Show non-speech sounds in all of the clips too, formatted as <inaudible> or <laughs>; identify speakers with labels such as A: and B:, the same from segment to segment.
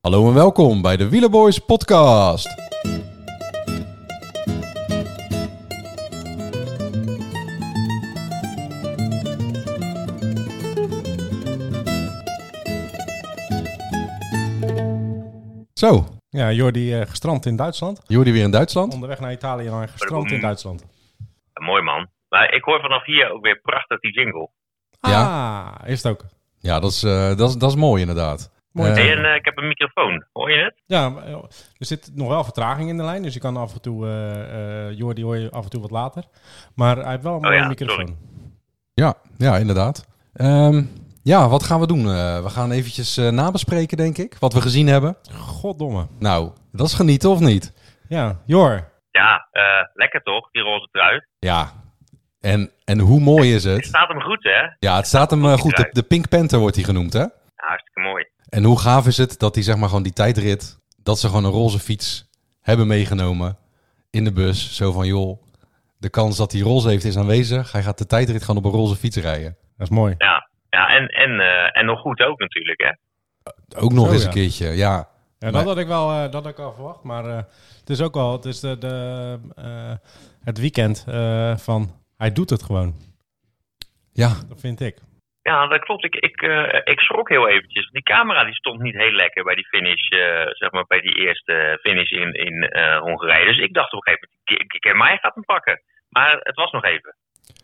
A: Hallo en welkom bij de Wielerboys podcast. Zo,
B: Ja, Jordi eh, gestrand in Duitsland.
A: Jordi weer in Duitsland.
B: Onderweg naar Italië en gestrand in Duitsland.
C: Ja, mooi man. Maar ik hoor vanaf hier ook weer prachtig die jingle.
B: Ah, is het ook.
A: Ja, dat is, eh, dat is, dat is mooi inderdaad.
B: Mooi.
A: Eh,
C: Hey, en eh, ik heb een microfoon, hoor je het?
B: Ja, maar, eh, er zit nog wel vertraging in de lijn, dus je kan af en toe... eh, eh, Jordi hoor je af en toe wat later. Maar hij heeft wel
A: Oh
B: een mooie
C: ja,
B: microfoon.
C: sorry.
A: ja, ja, inderdaad. Ehm, ja, wat gaan we doen? Eh, we gaan eventjes eh, nabespreken, denk ik, wat we gezien hebben.
B: Goddomme.
A: Nou, dat is genieten of niet?
B: Ja, Jor.
C: Ja, eh, lekker toch, die roze trui.
A: Ja, en, en hoe mooi is
B: <laughs>
A: het?
C: Staat hem goed, hè?
A: Ja, het staat hem eh, goed. De, de Pink Panther wordt hij genoemd, hè?
C: Ja, hartstikke mooi.
A: En hoe gaaf is het dat hij, zeg maar, gewoon die tijdrit... dat ze gewoon een roze fiets hebben meegenomen in de bus. Zo van, joh, de kans dat hij roze heeft is aanwezig. Hij gaat de tijdrit gewoon op een roze fiets rijden.
B: Dat is mooi.
C: Ja, ja en, en, eh, en nog goed ook natuurlijk, hè?
A: Ook nog
B: Zo,
A: eens
B: ja.
A: een keertje, ja.
B: Ja,
A: Maar-
B: dat had ik wel, eh, dat had ik al verwacht. Maar eh, het is ook wel... Het is de, de, eh, het weekend eh, van... Hij doet het gewoon.
A: Ja,
B: Dat vind ik.
C: Ja, dat klopt. Ik, ik, eh, ik schrok heel eventjes. Die camera die stond niet heel lekker bij die finish, eh, zeg maar bij die eerste finish in, in eh, Hongarije. Dus ik dacht op een gegeven moment, ik, mij gaat hem pakken. Maar het was nog even.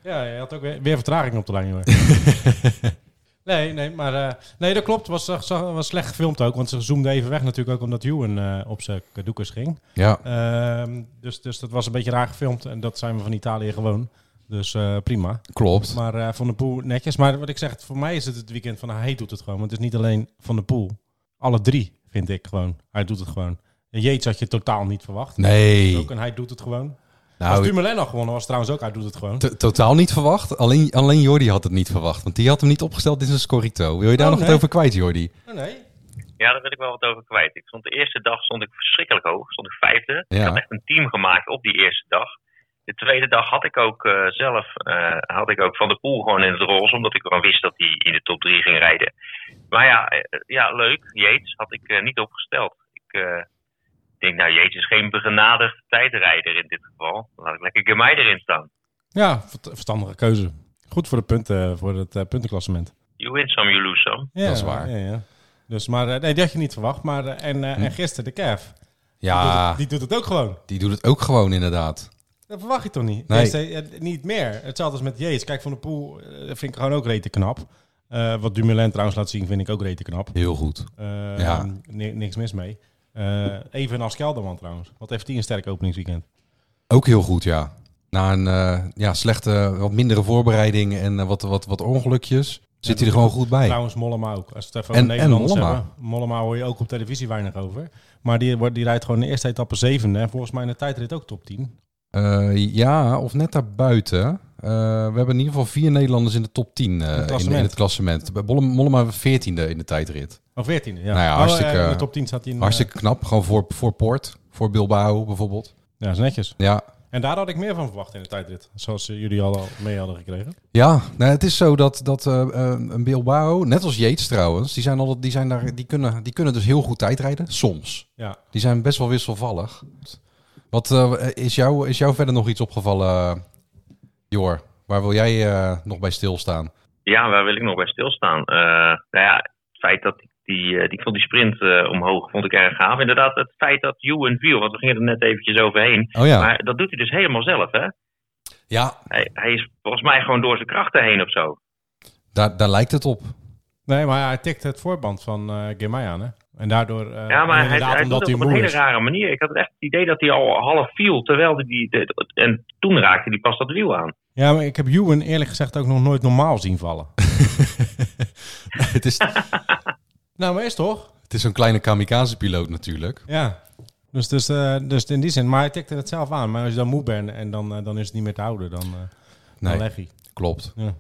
B: Ja, je had ook weer, weer vertraging op de lijn, hoor.
A: <laughs>
B: nee, nee, maar eh, nee, dat klopt. Was, zag- zag- was slecht gefilmd ook, want ze zoomden even weg natuurlijk ook omdat Ewan eh, op zijn doekers ging.
A: ja.
B: Ehm, dus, dus dat was een beetje raar gefilmd en dat zijn we van Italië gewoon. Dus eh, prima.
A: klopt.
B: Maar eh, Van de Poel netjes. Maar wat ik zeg, voor mij is het het weekend van hij doet het gewoon. Want het is niet alleen Van de Poel. Alle drie vind ik gewoon. Hij doet het gewoon. En Jeets had je totaal niet verwacht.
A: Nee,
B: Ook en hij doet het gewoon. Als
A: nou,
B: Dumoulin al gewonnen was trouwens ook, hij doet het gewoon.
A: t- totaal niet verwacht. Alleen, alleen Jordi had het niet verwacht, want die had hem niet opgesteld in zijn scorito. Wil je daar
B: Oh,
A: nog
B: nee.
A: wat over kwijt, Jordi?
B: Oh, nee,
C: Ja, daar wil ik wel wat over kwijt. Ik stond de eerste dag stond ik verschrikkelijk hoog. Stond ik vijfde.
A: Ja.
C: Ik had echt een team gemaakt op die eerste dag. De tweede dag had ik ook eh, zelf eh, had ik ook van de pool gewoon in het roze, omdat ik gewoon wist dat hij in de top 3 ging rijden. Maar ja, eh, ja leuk. Jeets had ik eh, niet opgesteld. Ik eh, denk, nou, Jeets is geen begenadigde tijdrijder in dit geval. Dan laat ik lekker Gemei erin staan.
B: Ja, vert- verstandige keuze. Goed voor, de punten, voor het eh, puntenklassement.
C: You win some, you lose some.
B: Ja,
A: Dat is waar.
B: Ja, ja. Dus, maar eh, nee, die had je niet verwacht. Maar, eh, en, eh, en gisteren de Kev.
A: Ja,
B: Die doet het ook gewoon.
A: die doet het ook gewoon inderdaad.
B: Dat verwacht je toch niet?
A: Nee.
B: Deze, eh, niet meer. Hetzelfde als met Jeets. Kijk, Van de Poel eh, vind ik gewoon ook rete knap. Eh, wat Dumoulin trouwens laat zien, vind ik ook rete knap.
A: Heel goed.
B: Eh,
A: Ja.
B: ni- niks mis mee. Eh, even als Kelderman trouwens. Wat heeft die een sterk openingsweekend?
A: Ook heel goed, ja. Na een eh, ja, slechte, wat mindere voorbereiding en eh, wat, wat, wat ongelukjes, zit hij er gewoon goed bij.
B: Trouwens, Mollema ook. Als we het even
A: En-
B: over Nederlanders
A: en Mollema.
B: hebben. Mollema hoor je ook op televisie weinig over. Maar die, wordt- die rijdt gewoon in de eerste etappe zevende. En volgens mij in de tijdrit ook top 10.
A: Eh, ja, of net daarbuiten. Eh, we hebben in ieder geval vier Nederlanders in de top 10 eh, in, in
B: klassement.
A: het klassement. Bij Bollem- Mollema 14e in de tijdrit.
B: Of 14e, ja.
A: Nou ja,
B: Oh,
A: hartstikke-
B: eh, in de top 10 staat hij in. eh,
A: Hartstikke knap, gewoon voor, voor Port, voor Bilbao bijvoorbeeld.
B: eh, ja, is netjes.
A: Ja,
B: En daar had ik meer van verwacht in de tijdrit. Zoals eh, jullie al al mee hadden gekregen.
A: ja nou, het is zo dat, dat eh, eh, een Bilbao, net als Yates trouwens, die, zijn altijd, die, zijn daar, die, kunnen, die kunnen dus heel goed tijdrijden, soms.
B: Ja.
A: Die zijn best wel wisselvallig. Wat eh, is, jou, is jou verder nog iets opgevallen, Jor? Waar wil jij eh, nog bij stilstaan?
C: Ja, waar wil ik nog bij stilstaan? Eh, nou ja, het feit dat ik die, eh, die, ik vond die sprint eh, omhoog vond ik erg gaaf. Inderdaad, het feit dat you en Viel, want we gingen er net eventjes overheen.
A: Oh ja.
C: Maar dat doet hij dus helemaal zelf, hè?
A: ja,
C: Hij, hij is volgens mij gewoon door zijn krachten heen of zo.
A: daar, daar lijkt het op.
B: Nee, maar hij tikte het voorband van eh Girmay aan, hè? En daardoor... eh,
C: ja, maar hij,
B: inderdaad,
C: hij doet
B: omdat
C: dat
B: hij
C: op een
B: moe
C: hele
B: is.
C: rare manier. Ik had echt het idee dat hij al half viel, terwijl hij... Die, de- en toen raakte hij pas dat wiel aan.
B: Ja, maar ik heb Ewan eerlijk gezegd ook nog nooit normaal zien vallen.
A: het, is,
B: nou, maar is toch?
A: het is zo'n kleine kamikaze-piloot natuurlijk.
B: Ja. Dus, dus, eh, dus in die zin. Maar hij tikte het zelf aan. Maar als je dan moe bent en dan, eh, dan is het niet meer te houden, dan, eh dan
A: Nee,
B: leg je.
A: klopt.
B: Ja.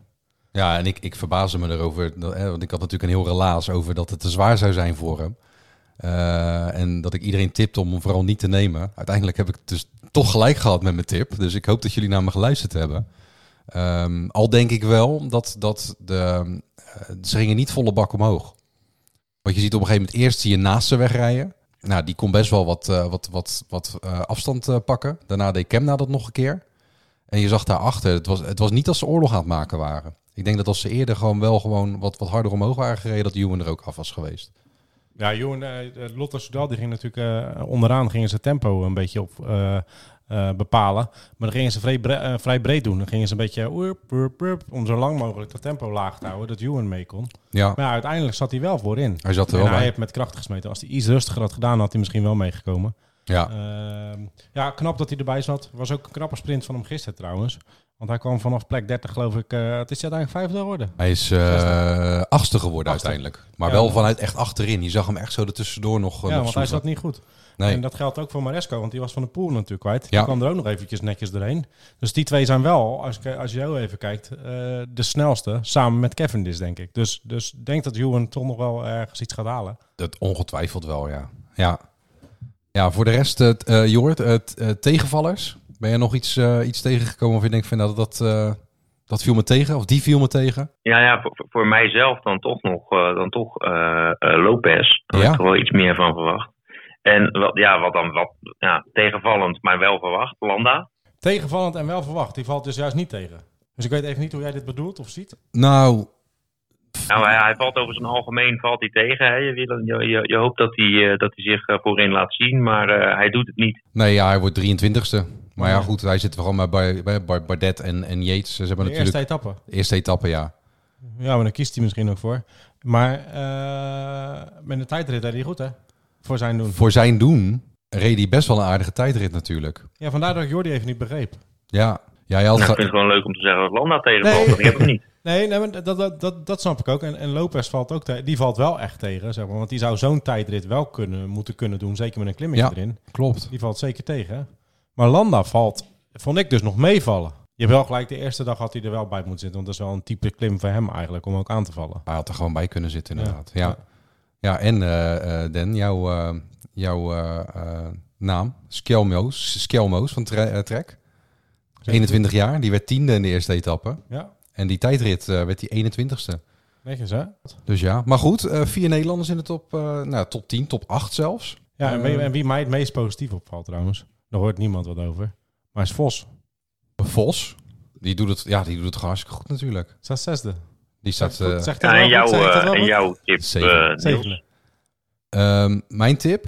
A: Ja, en ik, ik verbaasde me erover. dat- hè, Want ik had natuurlijk een heel relaas over dat het te zwaar zou zijn voor hem. Eh, en dat ik iedereen tipte om hem vooral niet te nemen. Uiteindelijk heb ik het dus toch gelijk gehad met mijn tip. Dus ik hoop dat jullie naar me geluisterd hebben. Ehm, al denk ik wel dat, dat de, eh, ze gingen niet volle bak omhoog. Want je ziet op een gegeven moment eerst zie je naast ze wegrijden. Nou, die kon best wel wat, eh, wat, wat, wat eh, afstand eh, pakken. Daarna deed Kemna dat nog een keer. En je zag daarachter, het was, het was niet dat ze oorlog aan het maken waren. Ik denk dat als ze eerder gewoon wel gewoon wat, wat harder omhoog waren gereden, dat Juwen er ook af was geweest.
B: Ja, Johan, eh Lotte Soudal die ging natuurlijk eh, onderaan gingen ze tempo een beetje op eh, eh, bepalen. Maar dan gingen ze vrij, bre- eh, vrij breed doen. Dan gingen ze een beetje eh, oerp, oerp, oerp, om zo lang mogelijk dat tempo laag te houden, dat Johan mee kon.
A: Ja,
B: Maar ja, uiteindelijk zat hij wel voorin.
A: hij zat er
B: En
A: wel
B: hij
A: bij.
B: heeft met kracht gesmeten. Als hij iets rustiger had gedaan, had hij misschien wel meegekomen.
A: Ja.
B: Ehm, ja, knap dat hij erbij zat. Was ook een knappe sprint van hem gisteren trouwens. Want hij kwam vanaf plek 30 geloof ik. eh, het is uiteindelijk vijfde geworden.
A: Hij is eh achtste geworden
B: Achtste.
A: uiteindelijk. Maar
B: Ja.
A: wel vanuit echt achterin. Je zag hem echt zo ertussendoor nog. eh,
B: Ja,
A: nog
B: want hij
A: zoeken.
B: zat niet goed.
A: Nee.
B: En dat geldt ook voor Maresco, want die was van de pool natuurlijk kwijt.
A: Ja.
B: Die kwam er ook nog eventjes netjes doorheen. Dus die twee zijn wel, als, ik- als je heel even kijkt, eh, de snelste. Samen met Cavendish, denk ik. Dus, dus ik denk dat Ewan toch nog wel ergens iets gaat halen.
A: Dat ongetwijfeld wel, ja. Ja, ja voor de rest, eh t- eh, Jort, eh, t- eh, tegenvallers. Ben je nog iets, eh, iets tegengekomen of je denkt van nou, dat, eh, dat viel me tegen? Of die viel me tegen?
C: Ja, ja voor, voor- voor mijzelf dan toch nog eh, dan toch, eh, eh, Lopez. Daar
A: Ja.
C: had ik er wel iets meer van verwacht. En wat, ja, wat dan wat ja, tegenvallend, maar wel verwacht. Landa.
B: Tegenvallend en wel verwacht. Die valt dus juist niet tegen. Dus ik weet even niet hoe jij dit bedoelt of ziet.
A: Nou,
C: Nou, hij, hij valt over zijn algemeen valt hij tegen. Hè. Je, wil, je, je, je hoopt dat hij, eh, dat hij zich eh, voorin laat zien, maar eh, hij doet het niet.
A: nee, ja, hij wordt 23ste. Maar ja,
B: Ja.
A: goed, hij zit gewoon maar bij, bij Bar- Bardet en, en Yates. Ze hebben
B: de
A: natuurlijk
B: eerste etappe.
A: de eerste etappe, ja.
B: Ja, maar dan kiest hij misschien ook voor. Maar eh, met de tijdrit deed hij goed, hè? Voor zijn doen.
A: Voor zijn doen reed hij best wel een aardige tijdrit natuurlijk.
B: Ja, vandaar dat ik Jordi even niet begreep.
A: Ja, ja hij had
C: Nou,
A: ge-
C: ik vind het gewoon leuk om te zeggen dat Landa tegenvalt,
B: Nee.
C: want ik heb
B: <laughs>
C: hem niet.
B: Nee, nee maar dat, dat, dat, dat snap ik ook. En, en Lopez valt ook tegen. Die valt wel echt tegen, zeg maar. Want die zou zo'n tijdrit wel kunnen, moeten kunnen doen. Zeker met een klimmetje
A: Ja.
B: erin.
A: klopt.
B: Die valt zeker tegen. Maar Landa valt, vond ik dus nog meevallen. Je hebt wel gelijk, de eerste dag had hij er wel bij moeten zitten. Want dat is wel een type klim voor hem eigenlijk, om ook aan te vallen.
A: Hij had er gewoon bij kunnen zitten,
B: Ja.
A: inderdaad. Ja, ja.
B: Ja.
A: en eh, eh, Dan, jouw, eh, jouw eh, eh, naam, Skelmoos, Skelmoos van Tre- eh, Trek. 21 jaar, die werd tiende in de eerste etappe.
B: Ja,
A: En die tijdrit eh, werd die 21ste.
B: netjes hè?
A: Dus ja, maar goed, eh, vier Nederlanders in de top, eh, nou, top 10, top 8 zelfs.
B: Ja, en, wie,
A: Eh,
B: en wie mij het meest positief opvalt trouwens. Daar hoort niemand wat over. Maar is Vos.
A: Vos, die doet, het, ja, die doet het gewoon hartstikke goed natuurlijk.
B: Staat zesde.
A: Die staat...
B: Goed,
A: eh,
B: zegt dat
C: Ja, en
B: wel goed?
C: jouw,
B: Zegt dat
C: eh,
B: wel
C: en
B: goed?
C: jouw tip,
A: Zeven.
C: eh, Niels.
B: Zevende.
A: ehm, mijn tip?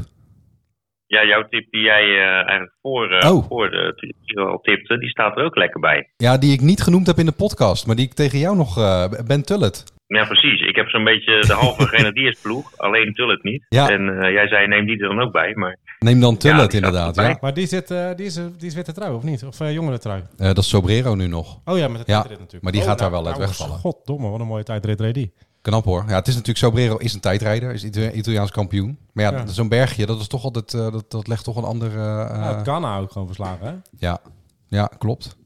C: Ja, jouw tip die jij eh, eigenlijk voor, eh,
A: Oh.
C: voor de die al tipte, die staat er ook lekker bij.
A: Ja, die ik niet genoemd heb in de podcast, maar die ik tegen jou nog... eh, ben Tullet.
C: Ja, precies. Ik heb zo'n beetje de
B: <laughs>
C: halve grenadiersploeg, alleen Tullet niet.
A: Ja.
C: En eh, jij zei, neem die er dan ook bij. Maar
A: Neem dan
C: Ja, die
A: Tullet
C: staat
A: inderdaad,
C: erbij.
A: ja.
B: Maar die, zit, eh, die, is, die is witte trui, of niet? Of eh, jongere trui?
A: Eh, dat is Sobrero nu nog.
B: Oh ja, met de
A: Ja,
B: tijdrit natuurlijk.
A: maar die
B: Oh,
A: gaat daar
B: nou,
A: wel uit
B: nou,
A: wegvallen.
B: Goddomme, wat een mooie tijdrit reed die.
A: Knap hoor. Ja, het is natuurlijk Sobrero is een tijdrijder, is Ita- Italiaans kampioen. Maar ja,
B: Ja.
A: dat- zo'n bergje, dat is toch altijd, eh, dat, dat legt toch een andere. eh,
B: Nou, het Ghana ook gewoon verslagen, hè?
A: ja. ja, klopt.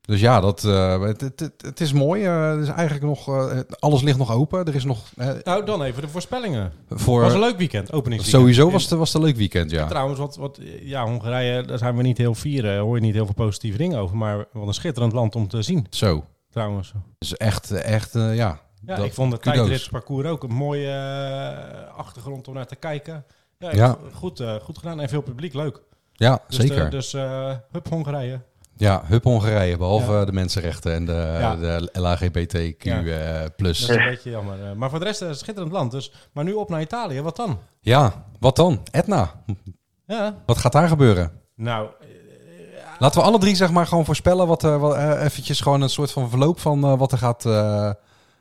A: Dus ja, dat, eh, het, het, het, het is mooi. Eh, er is eigenlijk nog, eh, alles ligt nog open. Er is nog eh,
B: Nou, dan even de voorspellingen.
A: voor.
B: was een leuk weekend, openingsweekend.
A: Sowieso was het, was het een leuk weekend, ja.
B: En Trouwens, wat, wat, ja, Hongarije, daar zijn we niet heel vieren. hoor je niet heel veel positieve dingen over. Maar wat een schitterend land om te zien,
A: Zo.
B: trouwens.
A: Dus echt, eh, echt eh, ja.
B: Ja,
A: Dat-
B: ik vond het
A: kudos.
B: tijdritparcours ook een mooie eh, achtergrond om naar te kijken. Ja,
A: Ja.
B: Goed, eh, goed gedaan en veel publiek, leuk.
A: Ja,
B: Dus
A: zeker.
B: eh, dus eh, hup Hongarije.
A: Ja, hup Hongarije, behalve
B: Ja.
A: de mensenrechten en de, eh,
B: Ja.
A: de LHGBTQ+.
B: Ja.
A: eh,
B: Dat
A: plus.
B: is een beetje jammer. eh. maar voor de rest eh, een schitterend land. Dus, maar nu op naar Italië, wat dan?
A: Ja, wat dan? Etna,
B: Ja,
A: wat gaat daar gebeuren?
B: nou,
A: Laten we alle drie zeg maar gewoon voorspellen wat, eh wat eh, eventjes gewoon een soort van verloop van eh, wat, er gaat, eh,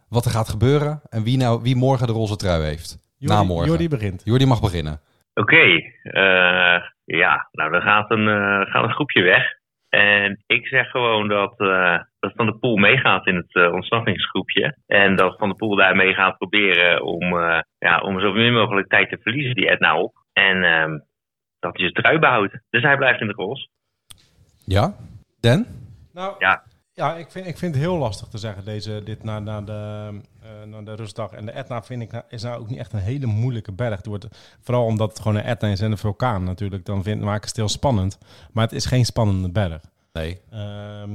A: wat er gaat gebeuren. En wie, nou, wie morgen de roze trui heeft. Na
B: Jordi,
A: morgen.
B: Jordi
A: Jordi.
B: begint.
A: mag beginnen.
C: oké, eh, ja, nou dan gaat een, eh, gaat een groepje weg. En ik zeg gewoon dat, eh, dat Van der Poel meegaat in het eh, ontsnappingsgroepje. En dat Van der Poel daarmee gaat proberen om, eh, ja, om zo min mogelijk tijd te verliezen, die Edna op. En ehm, dat hij zijn trui behoudt. Dus hij blijft in de roze.
A: Ja? Dan?
B: Nou,
C: Ja.
B: ja ik, vind, ik vind het heel lastig te zeggen, deze, dit na, na, de, eh, na de rustdag. En de Etna vind ik, nou- is nou ook niet echt een hele moeilijke berg. Het wordt, vooral omdat het gewoon een Etna is en een vulkaan natuurlijk. Dan vind, maakt het heel spannend. Maar het is geen spannende berg.
A: Nee. Ik
B: Ehm,
A: heb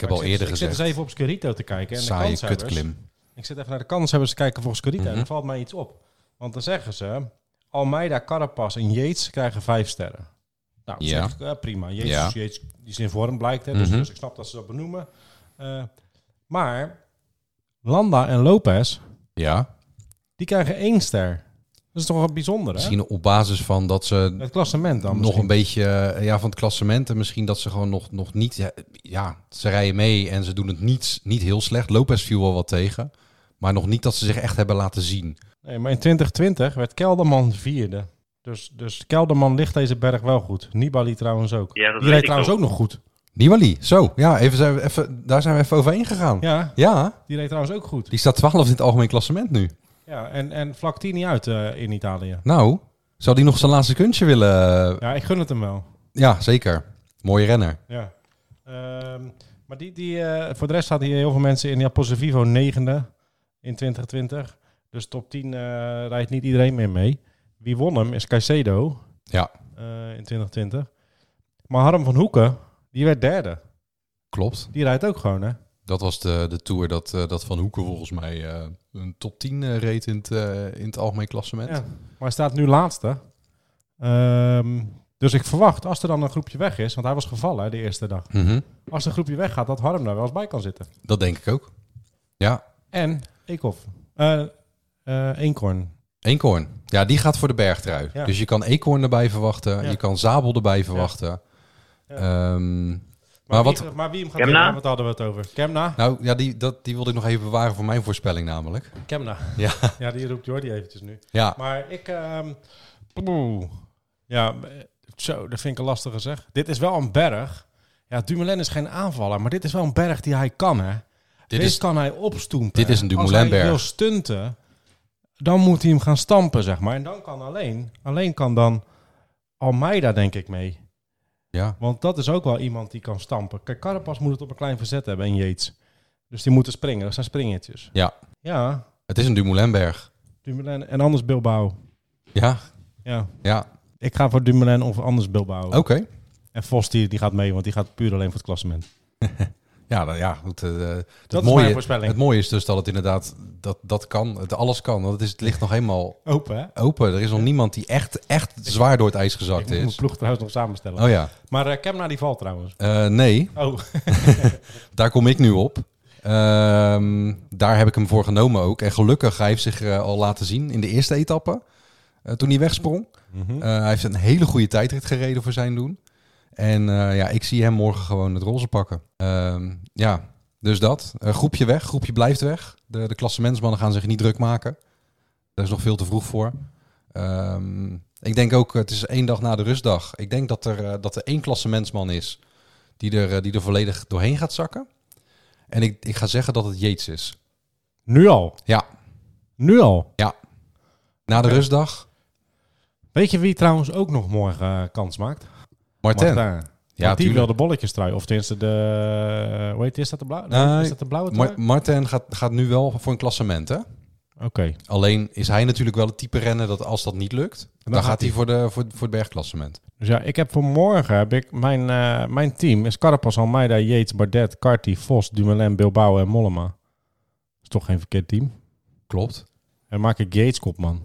B: maar
A: al eerder
B: zit- ik
A: gezegd.
B: zit eens even op Scorito te kijken. En de dus-
A: saaie
B: kanshebbers.
A: kutklim.
B: Ik zit even naar de kanshebbers te kijken voor Scorito. En
A: Mhm.
B: er valt mij iets op. Want dan zeggen ze, Almeida, Carapaz en Yates krijgen vijf sterren. Nou, dat
A: Ja.
B: zeg ik, eh, prima. Jezus,
A: Ja.
B: Jezus is in vorm, blijkt. Hè? Dus,
A: Mhm.
B: dus ik snap dat ze dat benoemen. Eh, maar Landa en Lopez,
A: Ja,
B: die krijgen één ster. Dat is toch wat bijzonder, hè?
A: misschien op basis van dat ze
B: Het klassement dan
A: nog een beetje eh, ja, van het klassement. En misschien dat ze gewoon nog, nog niet... Ja, ja, ze rijden mee en ze doen het niet, niet heel slecht. Lopez viel wel wat tegen. Maar nog niet dat ze zich echt hebben laten zien.
B: Nee, maar in 2020 werd Kelderman vierde. Dus, dus Kelderman ligt deze berg wel goed. Nibali trouwens ook.
C: Ja,
B: die
C: dat weet
B: reed
C: ik
B: trouwens
C: nog.
B: ook nog goed.
A: Nibali, zo. Ja, even, zijn we even, daar zijn we even overheen gegaan.
B: Ja,
A: ja.
B: die reed trouwens ook goed.
A: Die staat 12 in het algemeen klassement nu.
B: Ja, en, en vlakt die niet uit eh, in Italië.
A: Nou, zou die nog zijn laatste kunstje willen?
B: Ja, ik gun het hem wel.
A: Ja, zeker. Mooie renner.
B: Ja. Ehm, maar die, die, eh, voor de rest hadden hier heel veel mensen in Apple Vivo negende in 2020. Dus top 10 eh, rijdt niet iedereen meer mee. Wie won hem is Caicedo
A: Ja,
B: eh, in 2020. Maar Harm van Hoeken, die werd derde.
A: klopt.
B: Die rijdt ook gewoon, hè?
A: Dat was de, de tour dat, eh, dat Van Hoeken volgens mij eh, een top 10 eh, reed in het, eh, in het algemeen klassement.
B: Ja. Maar hij staat nu laatste. Ehm, dus ik verwacht, als er dan een groepje weg is, want hij was gevallen hè, de eerste dag.
A: Mhm,
B: Als er een groepje weggaat, dat Harm daar wel eens bij kan zitten.
A: Dat denk ik ook. Ja,
B: En Eekhoff. Eh eh Eenkorn.
A: Eekhoorn. Ja, die gaat voor de bergtrui.
B: Ja.
A: Dus je kan Eekhoorn erbij verwachten.
B: Ja.
A: Je kan Zabel erbij verwachten.
B: Ja.
A: Ehm,
B: Maar,
A: Maar
B: wie,
A: wat-
B: maar wie hem gaat
C: Kemna?
B: winnen, wat hadden we het over? Kemna?
A: nou, ja, die, dat, die wilde ik nog even bewaren voor mijn voorspelling namelijk.
B: Kemna.
A: Ja.
B: Ja, die roept Jordi eventjes nu.
A: Ja,
B: Maar ik... ehm, poeh. ja, eh, zo, dat vind ik een lastige zeg. Dit is wel een berg. Ja, Dumoulin is geen aanvaller, maar dit is wel een berg die hij kan, hè?
A: dit
B: Dit
A: is,
B: kan hij opstoempen.
A: dit is een
B: Als hij
A: Dumoulin-berg.
B: wil stunten, dan moet hij hem gaan stampen, zeg maar. En dan kan alleen, alleen kan dan Almeida, denk ik, mee.
A: ja,
B: Want dat is ook wel iemand die kan stampen. Kijk, Carapaz moet het op een klein verzet hebben en Yates. Dus die moeten springen. Dat zijn springetjes.
A: ja,
B: Ja,
A: het is een Dumoulin-berg.
B: Dumoulin en anders Bilbao.
A: Ja,
B: Ja,
A: ja,
B: ik ga voor Dumoulin of anders Bilbao.
A: oké.
B: En Vos die, die gaat mee, want die gaat puur alleen voor het klassement.
A: Ja, nou ja, goed. eh, het,
B: Dat is
A: mooie,
B: mijn voorspelling.
A: het mooie is dus dat het inderdaad, dat, dat kan, het, alles kan. Want het, is, het ligt nog helemaal
B: Open, hè?
A: open. Er is nog niemand die echt, echt zwaar door het ijs gezakt
B: Ik moet mijn
A: is.
B: ploeg trouwens nog samenstellen.
A: Oh ja,
B: Maar eh, Kemna die valt trouwens.
A: Eh, nee,
B: Oh,
A: daar kom ik nu op. Ehm, daar heb ik hem voor genomen ook. En gelukkig, hij heeft zich eh, al laten zien in de eerste etappe. eh, toen hij wegsprong. Eh, hij heeft een hele goede tijdrit gereden voor zijn doen. En eh, ja, ik zie hem morgen gewoon het roze pakken. Ehm, ja, dus dat. Eh, groepje weg, groepje blijft weg. De, de klassementsmannen gaan zich niet druk maken. Daar is nog veel te vroeg voor. Ehm, ik denk ook, het is één dag na de rustdag. Ik denk dat er, eh, dat er één klassementsman is die er, eh, die er volledig doorheen gaat zakken. En ik, ik ga zeggen dat het Yates is.
B: nu al.
A: Ja,
B: Nu al.
A: na de
B: Oké.
A: rustdag.
B: Weet je wie trouwens ook nog morgen eh, kans maakt?
A: Martin.
B: Martin.
A: Ja,
B: Ja, die
A: tuurlijk.
B: wil de bolletjes trui. Of tenminste de... eh, hoe heet die? Is dat de, blauwe?
A: Nee,
B: is dat de blauwe trui?
A: Mar- Martin gaat, gaat nu wel voor een klassement, hè?
B: Oké.
A: Alleen is hij natuurlijk wel het type rennen dat als dat niet lukt, dan,
B: gaat
A: gaat hij
B: hij.
A: voor, de, voor, voor het bergklassement.
B: Dus ja, ik heb voor morgen heb ik mijn, eh, mijn team is Carapaz, Almeida, Yates, Bardet, Carty, Vos, Dumoulin, Bilbao en Mollema. Is toch geen verkeerd team.
A: Klopt.
B: En maak ik Yates kopman.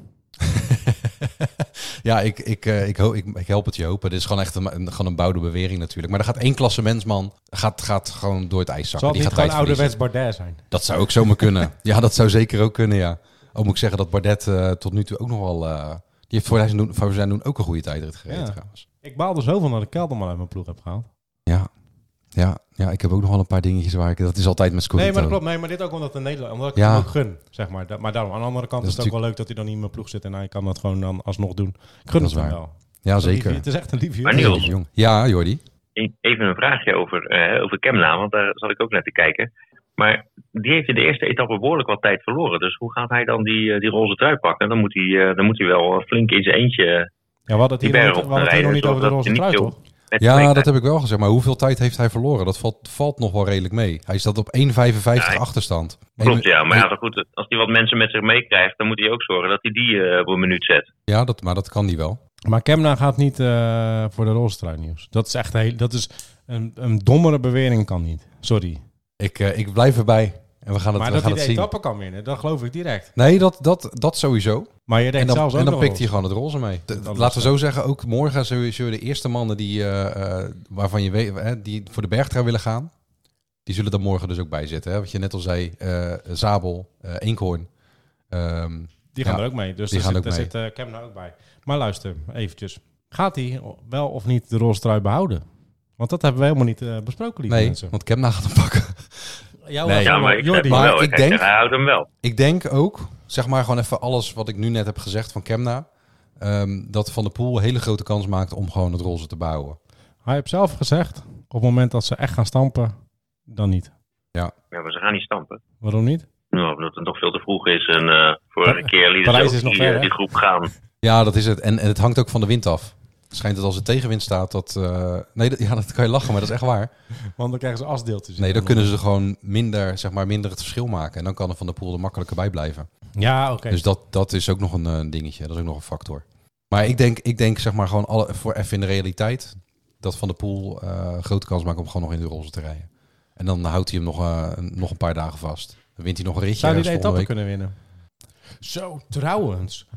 A: Ja, ik, ik, eh, ik, ho- ik, ik help het je hopen. Dit is gewoon echt een, een- gewoon een bouwde bewering natuurlijk. Maar er gaat één klassementsman gaat, gaat gewoon door het ijs zakken.
B: Zal het
A: Die
B: niet
A: gaat
B: gewoon
A: tijd verliezen.
B: ouderwets Bardet zijn?
A: Dat zou ook zomaar
B: <laughs>
A: kunnen. ja, dat zou zeker ook kunnen, ja. Ook moet ik zeggen dat Bardet eh, tot nu toe ook nog wel... eh, die heeft voor zijn, doen, voor zijn doen ook een goede tijdrit gereden
B: Ja.
A: trouwens.
B: Ik baalde zo van dat ik Kelderman uit mijn ploeg heb gehaald.
A: Ja. Ja, ja, ik heb ook nog wel een paar dingetjes waar ik... Dat is altijd met Scudetto.
B: Nee, maar dat klopt. Nee, maar dit ook omdat, de Nederland, omdat ik
A: Ja.
B: hem ook gun. Zeg maar. Dat- maar daarom, aan de andere kant
A: Dat
B: is
A: is
B: het ook wel leuk dat hij dan niet in mijn ploeg zit. En hij kan dat gewoon dan alsnog doen. Ik gun
A: Dat
B: het
A: is
B: hem
A: waar.
B: wel.
A: Ja,
B: Lieve-
A: zeker.
B: Het is echt een lief
C: Maar
B: jongen.
C: Niels,
A: Jeetje, jong. Ja, Jordi.
C: E-, Even een vraagje over, eh, over Kemna, want daar zat ik ook naar te kijken. Maar die heeft in de eerste etappe behoorlijk wat tijd verloren. Dus hoe gaat hij dan die, eh, die roze trui pakken? Dan moet, hij, eh, dan moet hij wel flink in zijn eentje eh,
B: Ja, we hadden het
C: die
B: hier, nog-
C: berg
B: we
C: op
B: hadden het hier nog niet over de roze trui, toch?
C: Met
A: Ja, dat heb ik wel gezegd. Maar hoeveel tijd heeft hij verloren? Dat valt, valt nog wel redelijk mee. Hij staat op 1,55
C: hij-
A: achterstand.
C: Klopt, ja. Maar ja,
A: ja,
C: maar goed, als hij wat mensen met zich meekrijgt, dan moet hij ook zorgen dat hij die eh, op een minuut zet.
A: dat, maar dat kan die wel.
B: Maar Kemna gaat niet eh, voor de rolstrui nieuws. Dat is echt heel, dat is een, een dommere bewering kan niet. Sorry.
A: Ik, eh, ik blijf erbij. En we gaan het,
B: maar
A: we
B: dat
A: gaan
B: hij
A: het
B: de
A: zien.
B: etappe kan winnen, dat geloof ik direct.
A: Nee, dat, dat, dat sowieso.
B: Maar je denkt
A: En dan,
B: zelfs ook
A: en dan
B: nog
A: pikt
B: wel-
A: hij gewoon het roze mee. De-
B: Dat
A: laten
B: is-
A: we zo zeggen, ook morgen zullen zullen de eerste mannen die, eh, eh, waarvan je weet, eh, die voor de bergtrouw willen gaan, die zullen er morgen dus ook bij zitten. Hè? Wat je net al zei, eh, Zabel, eh Eenkhoorn. Ehm,
B: Die gaan
A: Ja,
B: er ook mee. Dus
A: die
B: daar
A: gaan
B: zit,
A: ook
B: daar zit eh, Kemna ook bij. Maar luister, eventjes. Gaat hij wel of niet de roze trui behouden? Want dat hebben we helemaal niet eh, besproken, lieve
A: nee,
B: mensen.
A: want Kemna gaat hem pakken.
B: Jouw
A: Nee.
C: Ja, maar ik, heb
B: Jordi,
C: hem
A: maar
C: wel.
A: ik
C: ik
A: denk-
C: Hij houdt hem wel.
A: Ik denk ook, zeg maar gewoon even alles wat ik nu net heb gezegd van Kemna, ehm, dat Van der Poel een hele grote kans maakt om gewoon het roze te bouwen.
B: hij heeft zelf gezegd, op het moment dat ze echt gaan stampen, dan niet.
C: Ja, maar ze gaan niet stampen.
B: Waarom niet?
C: Nou, omdat het nog veel te vroeg is. En eh vorige
B: Pa-
C: keer lieten ze
B: Parijs
C: ook
B: is nog
C: die,
B: ver,
C: eh,
B: hè?
C: die groep gaan.
A: Ja, dat is het. En, en het hangt ook van de wind af. Schijnt dat als het tegenwind staat, dat... eh, nee, dat- ja, dat kan je lachen, maar dat is echt waar.
B: Want dan krijgen ze asdeeltjes.
A: Nee, dan kunnen ze gewoon minder, zeg maar, minder het verschil maken. En dan kan er Van der Poel er makkelijker bij blijven.
B: Ja, oké.
A: Dus dat, dat is ook nog een eh, dingetje. Dat is ook nog een factor. Maar ik denk, ik denk zeg maar, gewoon alle, voor even in de realiteit... dat Van der Poel eh, grote kans maakt om gewoon nog in de roze te rijden. En dan houdt hij hem nog, eh, een- nog een paar dagen vast. Dan wint hij nog een ritje.
B: Zou die de
A: ergens
B: etappe
A: volgende
B: kunnen winnen? Zo, trouwens.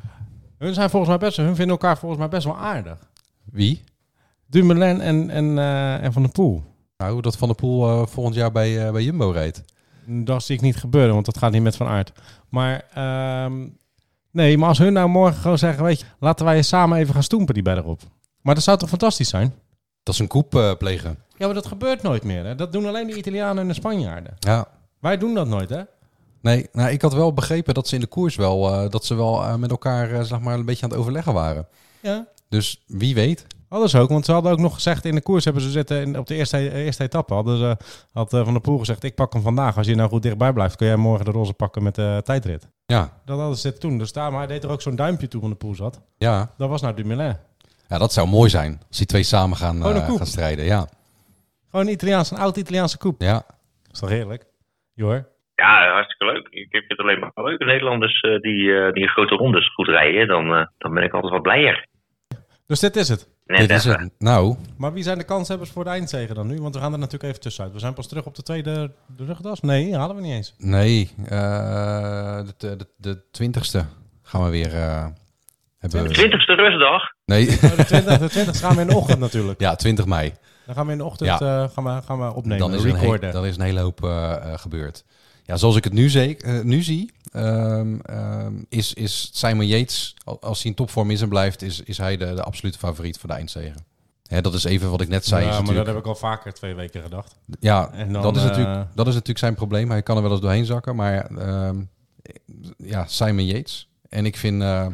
B: Hun zijn volgens mij best, hun vinden elkaar volgens mij best wel aardig.
A: week. Wie?
B: Dumoulin en, en, eh, en Van der Poel.
A: Nou, dat Van der Poel eh, volgend jaar bij, eh, bij Jumbo rijdt.
B: Dat zie ik niet gebeuren, want dat gaat niet met Van Aert. Maar ehm, nee, maar als hun nou morgen gewoon zeggen, weet je, laten wij samen even gaan stoempen die berg op. Maar dat zou toch fantastisch zijn?
A: Dat is een koep eh, plegen.
B: Ja, maar dat gebeurt nooit meer. Hè? Dat doen alleen de Italianen en de Spanjaarden.
A: Ja,
B: Wij doen dat nooit, hè?
A: Nee, nou, ik had wel begrepen dat ze in de koers wel, eh, dat ze wel eh, met elkaar eh, zeg maar, een beetje aan het overleggen waren.
B: Ja.
A: Dus wie weet.
B: Alles ook, want ze hadden ook nog gezegd in de koers hebben ze zitten in, op de eerste, eerste etappe hadden ze had eh, van der Poel gezegd ik pak hem vandaag. Als je nou goed dichtbij blijft, kun jij morgen de roze pakken met de eh, tijdrit.
A: Ja,
B: Dat hadden ze toen. Dus daar, maar hij deed er ook zo'n duimpje toe van de Poel zat.
A: ja.
B: Dat was nou Dumoulin.
A: ja, dat zou mooi zijn. Als die twee samen gaan,
B: Gewoon een
A: eh,
B: koep.
A: gaan strijden. Ja,
B: Gewoon een Italiaans, een oud Italiaanse koep.
A: ja.
B: Is toch heerlijk? Joor.
C: Ja, hartstikke leuk. Ik vind het alleen maar leuk. Nederlanders eh, die, eh, die grote rondes goed rijden, dan, eh, dan ben ik altijd wat blijer.
B: Dus dit is het.
C: Net
A: Dit is
C: even.
A: het. Nou,
B: Maar wie zijn de kanshebbers voor de eindzegen dan nu? Want we gaan er natuurlijk even tussenuit. We zijn pas terug op de tweede de rugdas. Nee, halen we niet eens.
A: nee. eh, de, de, de twintigste gaan we weer eh, hebben. we-
C: 20ste rustdag.
A: Nee, <laughs>
B: Oh, De 20, de 20 gaan we in de ochtend natuurlijk.
A: ja, 20 mei.
B: Dan gaan we in de ochtend eh, gaan we, gaan we opnemen,
A: dan, is er een heel-
B: recorden.
A: dan is een hele hoop eh, eh, gebeurd. Ja, zoals ik het nu, zeker, eh, nu zie, ehm, ehm, is, is Simon Yates, al- als hij in topvorm is en blijft, is, is hij de, de absolute favoriet voor de eindzegen. Hè, dat is even wat ik net zei. is
B: ja, maar dat
A: natuurlijk-
B: heb ik al vaker twee weken gedacht.
A: ja,
B: En dan,
A: dat, is
B: eh,
A: natuurlijk, dat is natuurlijk zijn probleem. Hij kan er wel eens doorheen zakken, maar ehm, ja, Simon Yates. En ik vind eh,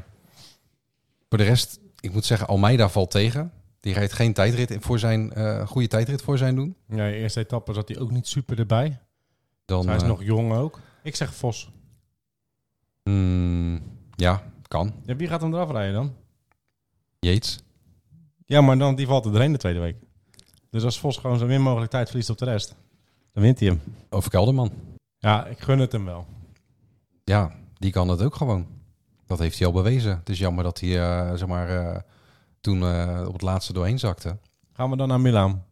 A: voor de rest, ik moet zeggen, Almeida valt tegen. Die rijdt geen tijdrit in- voor zijn, eh, goede tijdrit voor zijn doen.
B: Ja, de eerste etappe zat hij ook niet super erbij. Dus
A: Dan,
B: hij is
A: eh,
B: nog jong ook. Ik zeg Vos.
A: mm, ja, kan.
B: Ja, wie gaat hem eraf rijden dan?
A: Yates.
B: Ja, maar dan, die valt er doorheen de tweede week. Dus als Vos gewoon zo min mogelijk tijd verliest op de rest, dan wint hij hem.
A: Of Kelderman.
B: Ja, ik gun het hem wel.
A: Ja, die kan het ook gewoon. Dat heeft hij al bewezen. Het is jammer dat hij eh, zeg maar, eh, toen eh, op het laatste doorheen zakte.
B: Gaan we dan naar Milaan?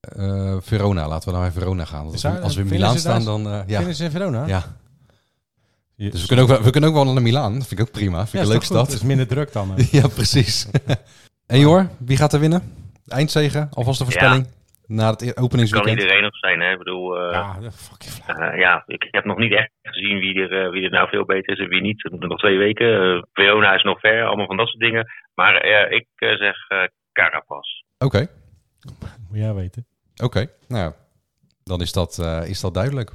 A: Eh, Verona, laten we nou naar Verona gaan. Want
B: Is
A: Als,
B: daar-
A: we, als we in
B: vinden
A: Milaan
B: ze daar-
A: staan, dan... eh, ja.
B: Vinden ze in Verona?
A: ja.
B: Je-
A: Dus we kunnen, ook, wel- we kunnen ook wel naar Milaan. Dat vind ik ook prima. Vind
B: Ja,
A: ik een
B: is
A: leuke
B: toch goed?
A: stad.
B: Het is minder druk dan. eh.
A: <laughs>
B: hè.
A: ja, precies. en Jor, wie gaat er winnen? Eindzegen, alvast de voorspelling. Na het e-
C: Kan
A: openingsweekend.
C: iedereen nog zijn, hè? Ik bedoel, eh,
B: ja, de fucking flauw.
C: Eh, ja, ik heb nog niet echt gezien wie er, eh, wie er nou veel beter is en wie niet. We moeten nog twee weken. Eh, Verona is nog ver, allemaal van dat soort dingen. Maar eh, ik eh, zeg eh Carapaz.
A: Oké, oké.
B: Moet jij weten.
A: Nou, ja, dan is dat, eh, is dat duidelijk.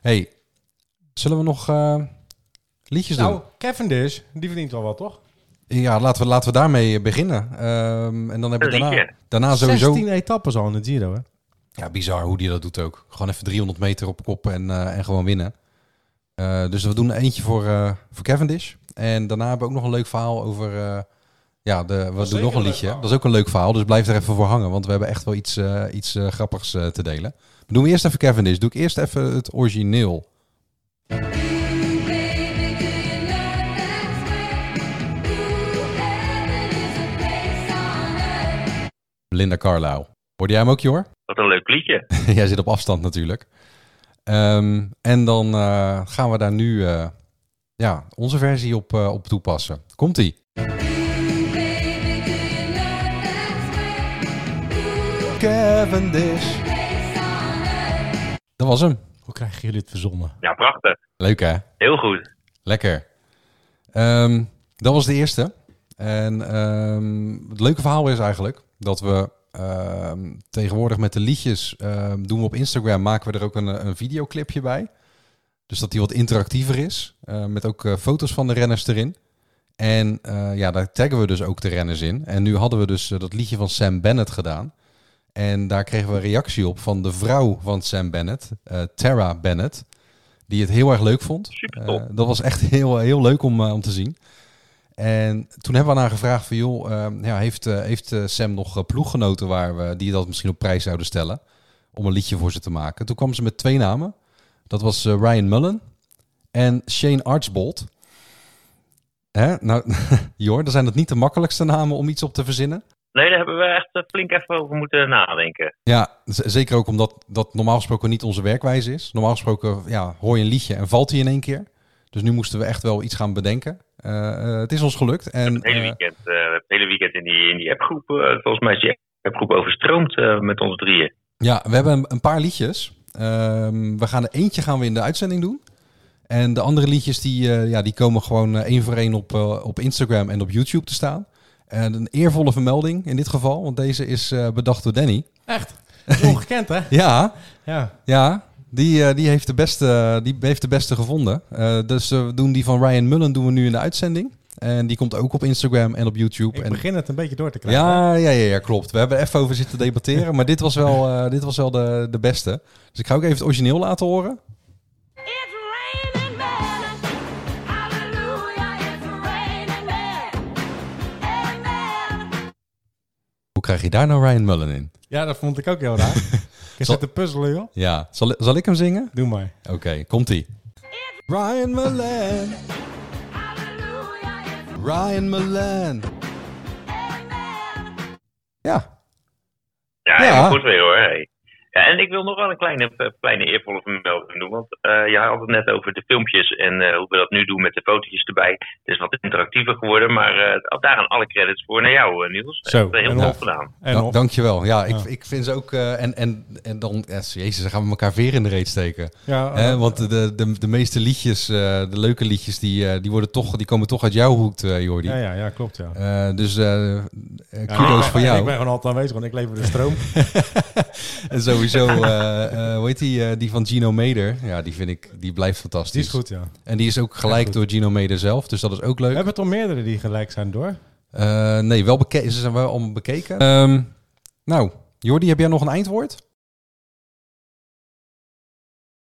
A: hey, zullen we nog eh, liedjes doen?
B: Nou, Cavendish, die verdient wel wat, toch?
A: Ja, laten we, laten we daarmee beginnen. Ehm, en dan hebben we
C: Een
A: daarna,
C: liedje.
A: daarna sowieso...
B: 16 etappes al in de Giro, hè?
A: Ja, bizar hoe die dat doet ook. Gewoon even 300 meter op kop en, eh, en gewoon winnen. Eh, dus we doen er eentje voor, eh, voor Cavendish. En daarna hebben we ook nog een leuk verhaal over... eh, ja, de, we doen
B: zeker
A: nog een
B: een leuk
A: liedje.
B: verhaal.
A: Dat is ook een leuk verhaal, dus blijf er even voor hangen. Want we hebben echt wel iets, eh, iets eh, grappigs eh, te delen. Maar doen we eerst even Cavendish. Doe ik eerst even het origineel.
D: Baby, do you know that's where Ooh, heaven is a place on earth
A: Linda Carlisle. Hoorde jij hem ook, Jor? <laughs>
C: Wat een leuk liedje.
A: Jij zit op afstand natuurlijk. Ehm, en dan eh, gaan we daar nu eh, ja, onze versie op, eh, op toepassen. Komt-ie.
D: Baby, do you know that's where blue
A: Cavendish.
D: face on earth?
A: Dat was hem.
B: Hoe krijgen jullie het verzonnen?
C: Ja, prachtig.
A: Leuk hè?
C: Heel goed.
A: Lekker. Ehm, dat was de eerste. En ehm, het leuke verhaal is eigenlijk dat we ehm, tegenwoordig met de liedjes ehm, doen we op Instagram, maken we er ook een, een videoclipje bij. Dus dat die wat interactiever is, eh, met ook eh, foto's van de renners erin. En eh, ja, daar taggen we dus ook de renners in. En nu hadden we dus eh, dat liedje van Sam Bennett gedaan. En daar kregen we een reactie op van de vrouw van Sam Bennett, eh, Tara Bennett. Die het heel erg leuk vond.
C: Supertop.
A: Eh, dat was echt heel, heel leuk om, eh, om te zien. En toen hebben we aan haar gevraagd van joh, eh, ja, heeft, eh, heeft eh, Sam nog eh, ploeggenoten waar we, die dat misschien op prijs zouden stellen? Om een liedje voor ze te maken. Toen kwam ze met twee namen. Dat was eh, Ryan Mullen en Shane Archbold. Hè? Nou, <laughs> Jor, dan zijn dat niet de makkelijkste namen om iets op te verzinnen.
C: Nee, daar hebben we echt eh, flink even over moeten nadenken.
A: Ja, z- zeker ook omdat dat normaal gesproken niet onze werkwijze is. Normaal gesproken ja, hoor je een liedje en valt hij in één keer. Dus nu moesten we echt wel iets gaan bedenken. Eh, eh, het is ons gelukt. En,
C: Het hele
A: eh,
C: weekend, eh, het hele weekend in die, in die appgroep. eh, volgens mij is die appgroep overstroomd eh, met ons drieën.
A: Ja, we hebben een- een paar liedjes. Ehm, we gaan er eentje gaan we in de uitzending doen. En de andere liedjes die, eh, ja, die komen gewoon eh, één voor één op, eh, op Instagram en op YouTube te staan. En een eervolle vermelding in dit geval, want deze is eh, bedacht door Danny. <laughs>
B: Echt? Ongekend, hè?
A: Ja,
B: Ja.
A: ja die, eh, die, heeft de beste, die heeft de beste gevonden. Eh, dus eh, we doen die van Ryan Mullen doen we nu in de uitzending. En die komt ook op Instagram en op YouTube.
B: Ik
A: en
B: begin het een beetje door te krijgen.
A: ja, ja, ja, ja, klopt. We hebben er even over zitten debatteren, maar dit was wel, eh, dit was wel de, de beste. Dus ik ga ook even het origineel laten horen.
D: It's raining men. Hallelujah, it's raining men. Amen.
A: Hoe krijg je daar nou Ryan Mullen in?
B: Ja, dat vond ik ook heel
A: <laughs>
B: raar. Ik
A: Zal-
B: zit te puzzelen, joh.
A: Ja, zal, zal ik hem zingen?
B: Doe maar.
A: Oké, komt-ie. Ryan Mullen,
D: Hallelujah, it's
A: Ryan Mullen.
D: amen.
A: Ja,
C: Ja,
A: Ja.
C: helemaal goed weer hoor. hey. Ja, en ik wil nog wel een kleine, eh, kleine eervolle vermelding doen. Want eh, je had het net over de filmpjes en eh, hoe we dat nu doen met de fotootjes erbij. Het is wat interactiever geworden, maar eh daaraan alle credits voor naar jou, eh, Niels.
B: Zo,
C: Echt, eh, heel
B: en
C: goed
B: Hof.
C: gedaan.
B: En
A: dank-
B: op.
A: dankjewel. Ja, ik,
B: Ja.
A: ik vind ze ook... eh, en, en, en dan, yes, jezus, dan gaan we elkaar veer in de reet steken.
B: Ja,
A: Hè,
B: eh,
A: want de, de, de meeste liedjes, eh, de leuke liedjes, die, eh, die, worden toch, die komen toch uit jouw hoek, eh, Jordi.
B: ja, ja, ja, klopt, ja.
A: Eh, dus eh, eh,
B: Ja,
A: kudo's
B: ik ben-
A: voor jou.
B: Ik ben gewoon altijd aanwezig, want ik lever
A: <laughs>
B: de stroom.
A: En <laughs> sowieso, eh, eh, hoe heet die, eh, die van Gino Meder? Ja, die vind ik, die blijft fantastisch.
B: Die is goed, ja.
A: En die is ook gelijk door Gino Meder zelf, dus dat is ook
B: We
A: leuk.
B: hebben toch meerdere die gelijk zijn, door?
A: Eh, nee, wel bekeken. Ze zijn wel allemaal bekeken. Ehm, nou, Jordi, heb jij nog een eindwoord?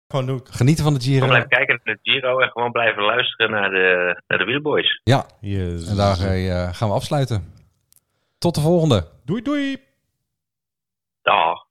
B: Gewoon doe ik.
A: Genieten van de
C: Gewoon
A: Giro.
C: blijven kijken naar de Giro en gewoon blijven luisteren naar de, naar de Wheelboys.
A: Ja,
B: Yes.
A: en daar eh, gaan we afsluiten. Tot de volgende.
B: Doei, doei.
C: Dag.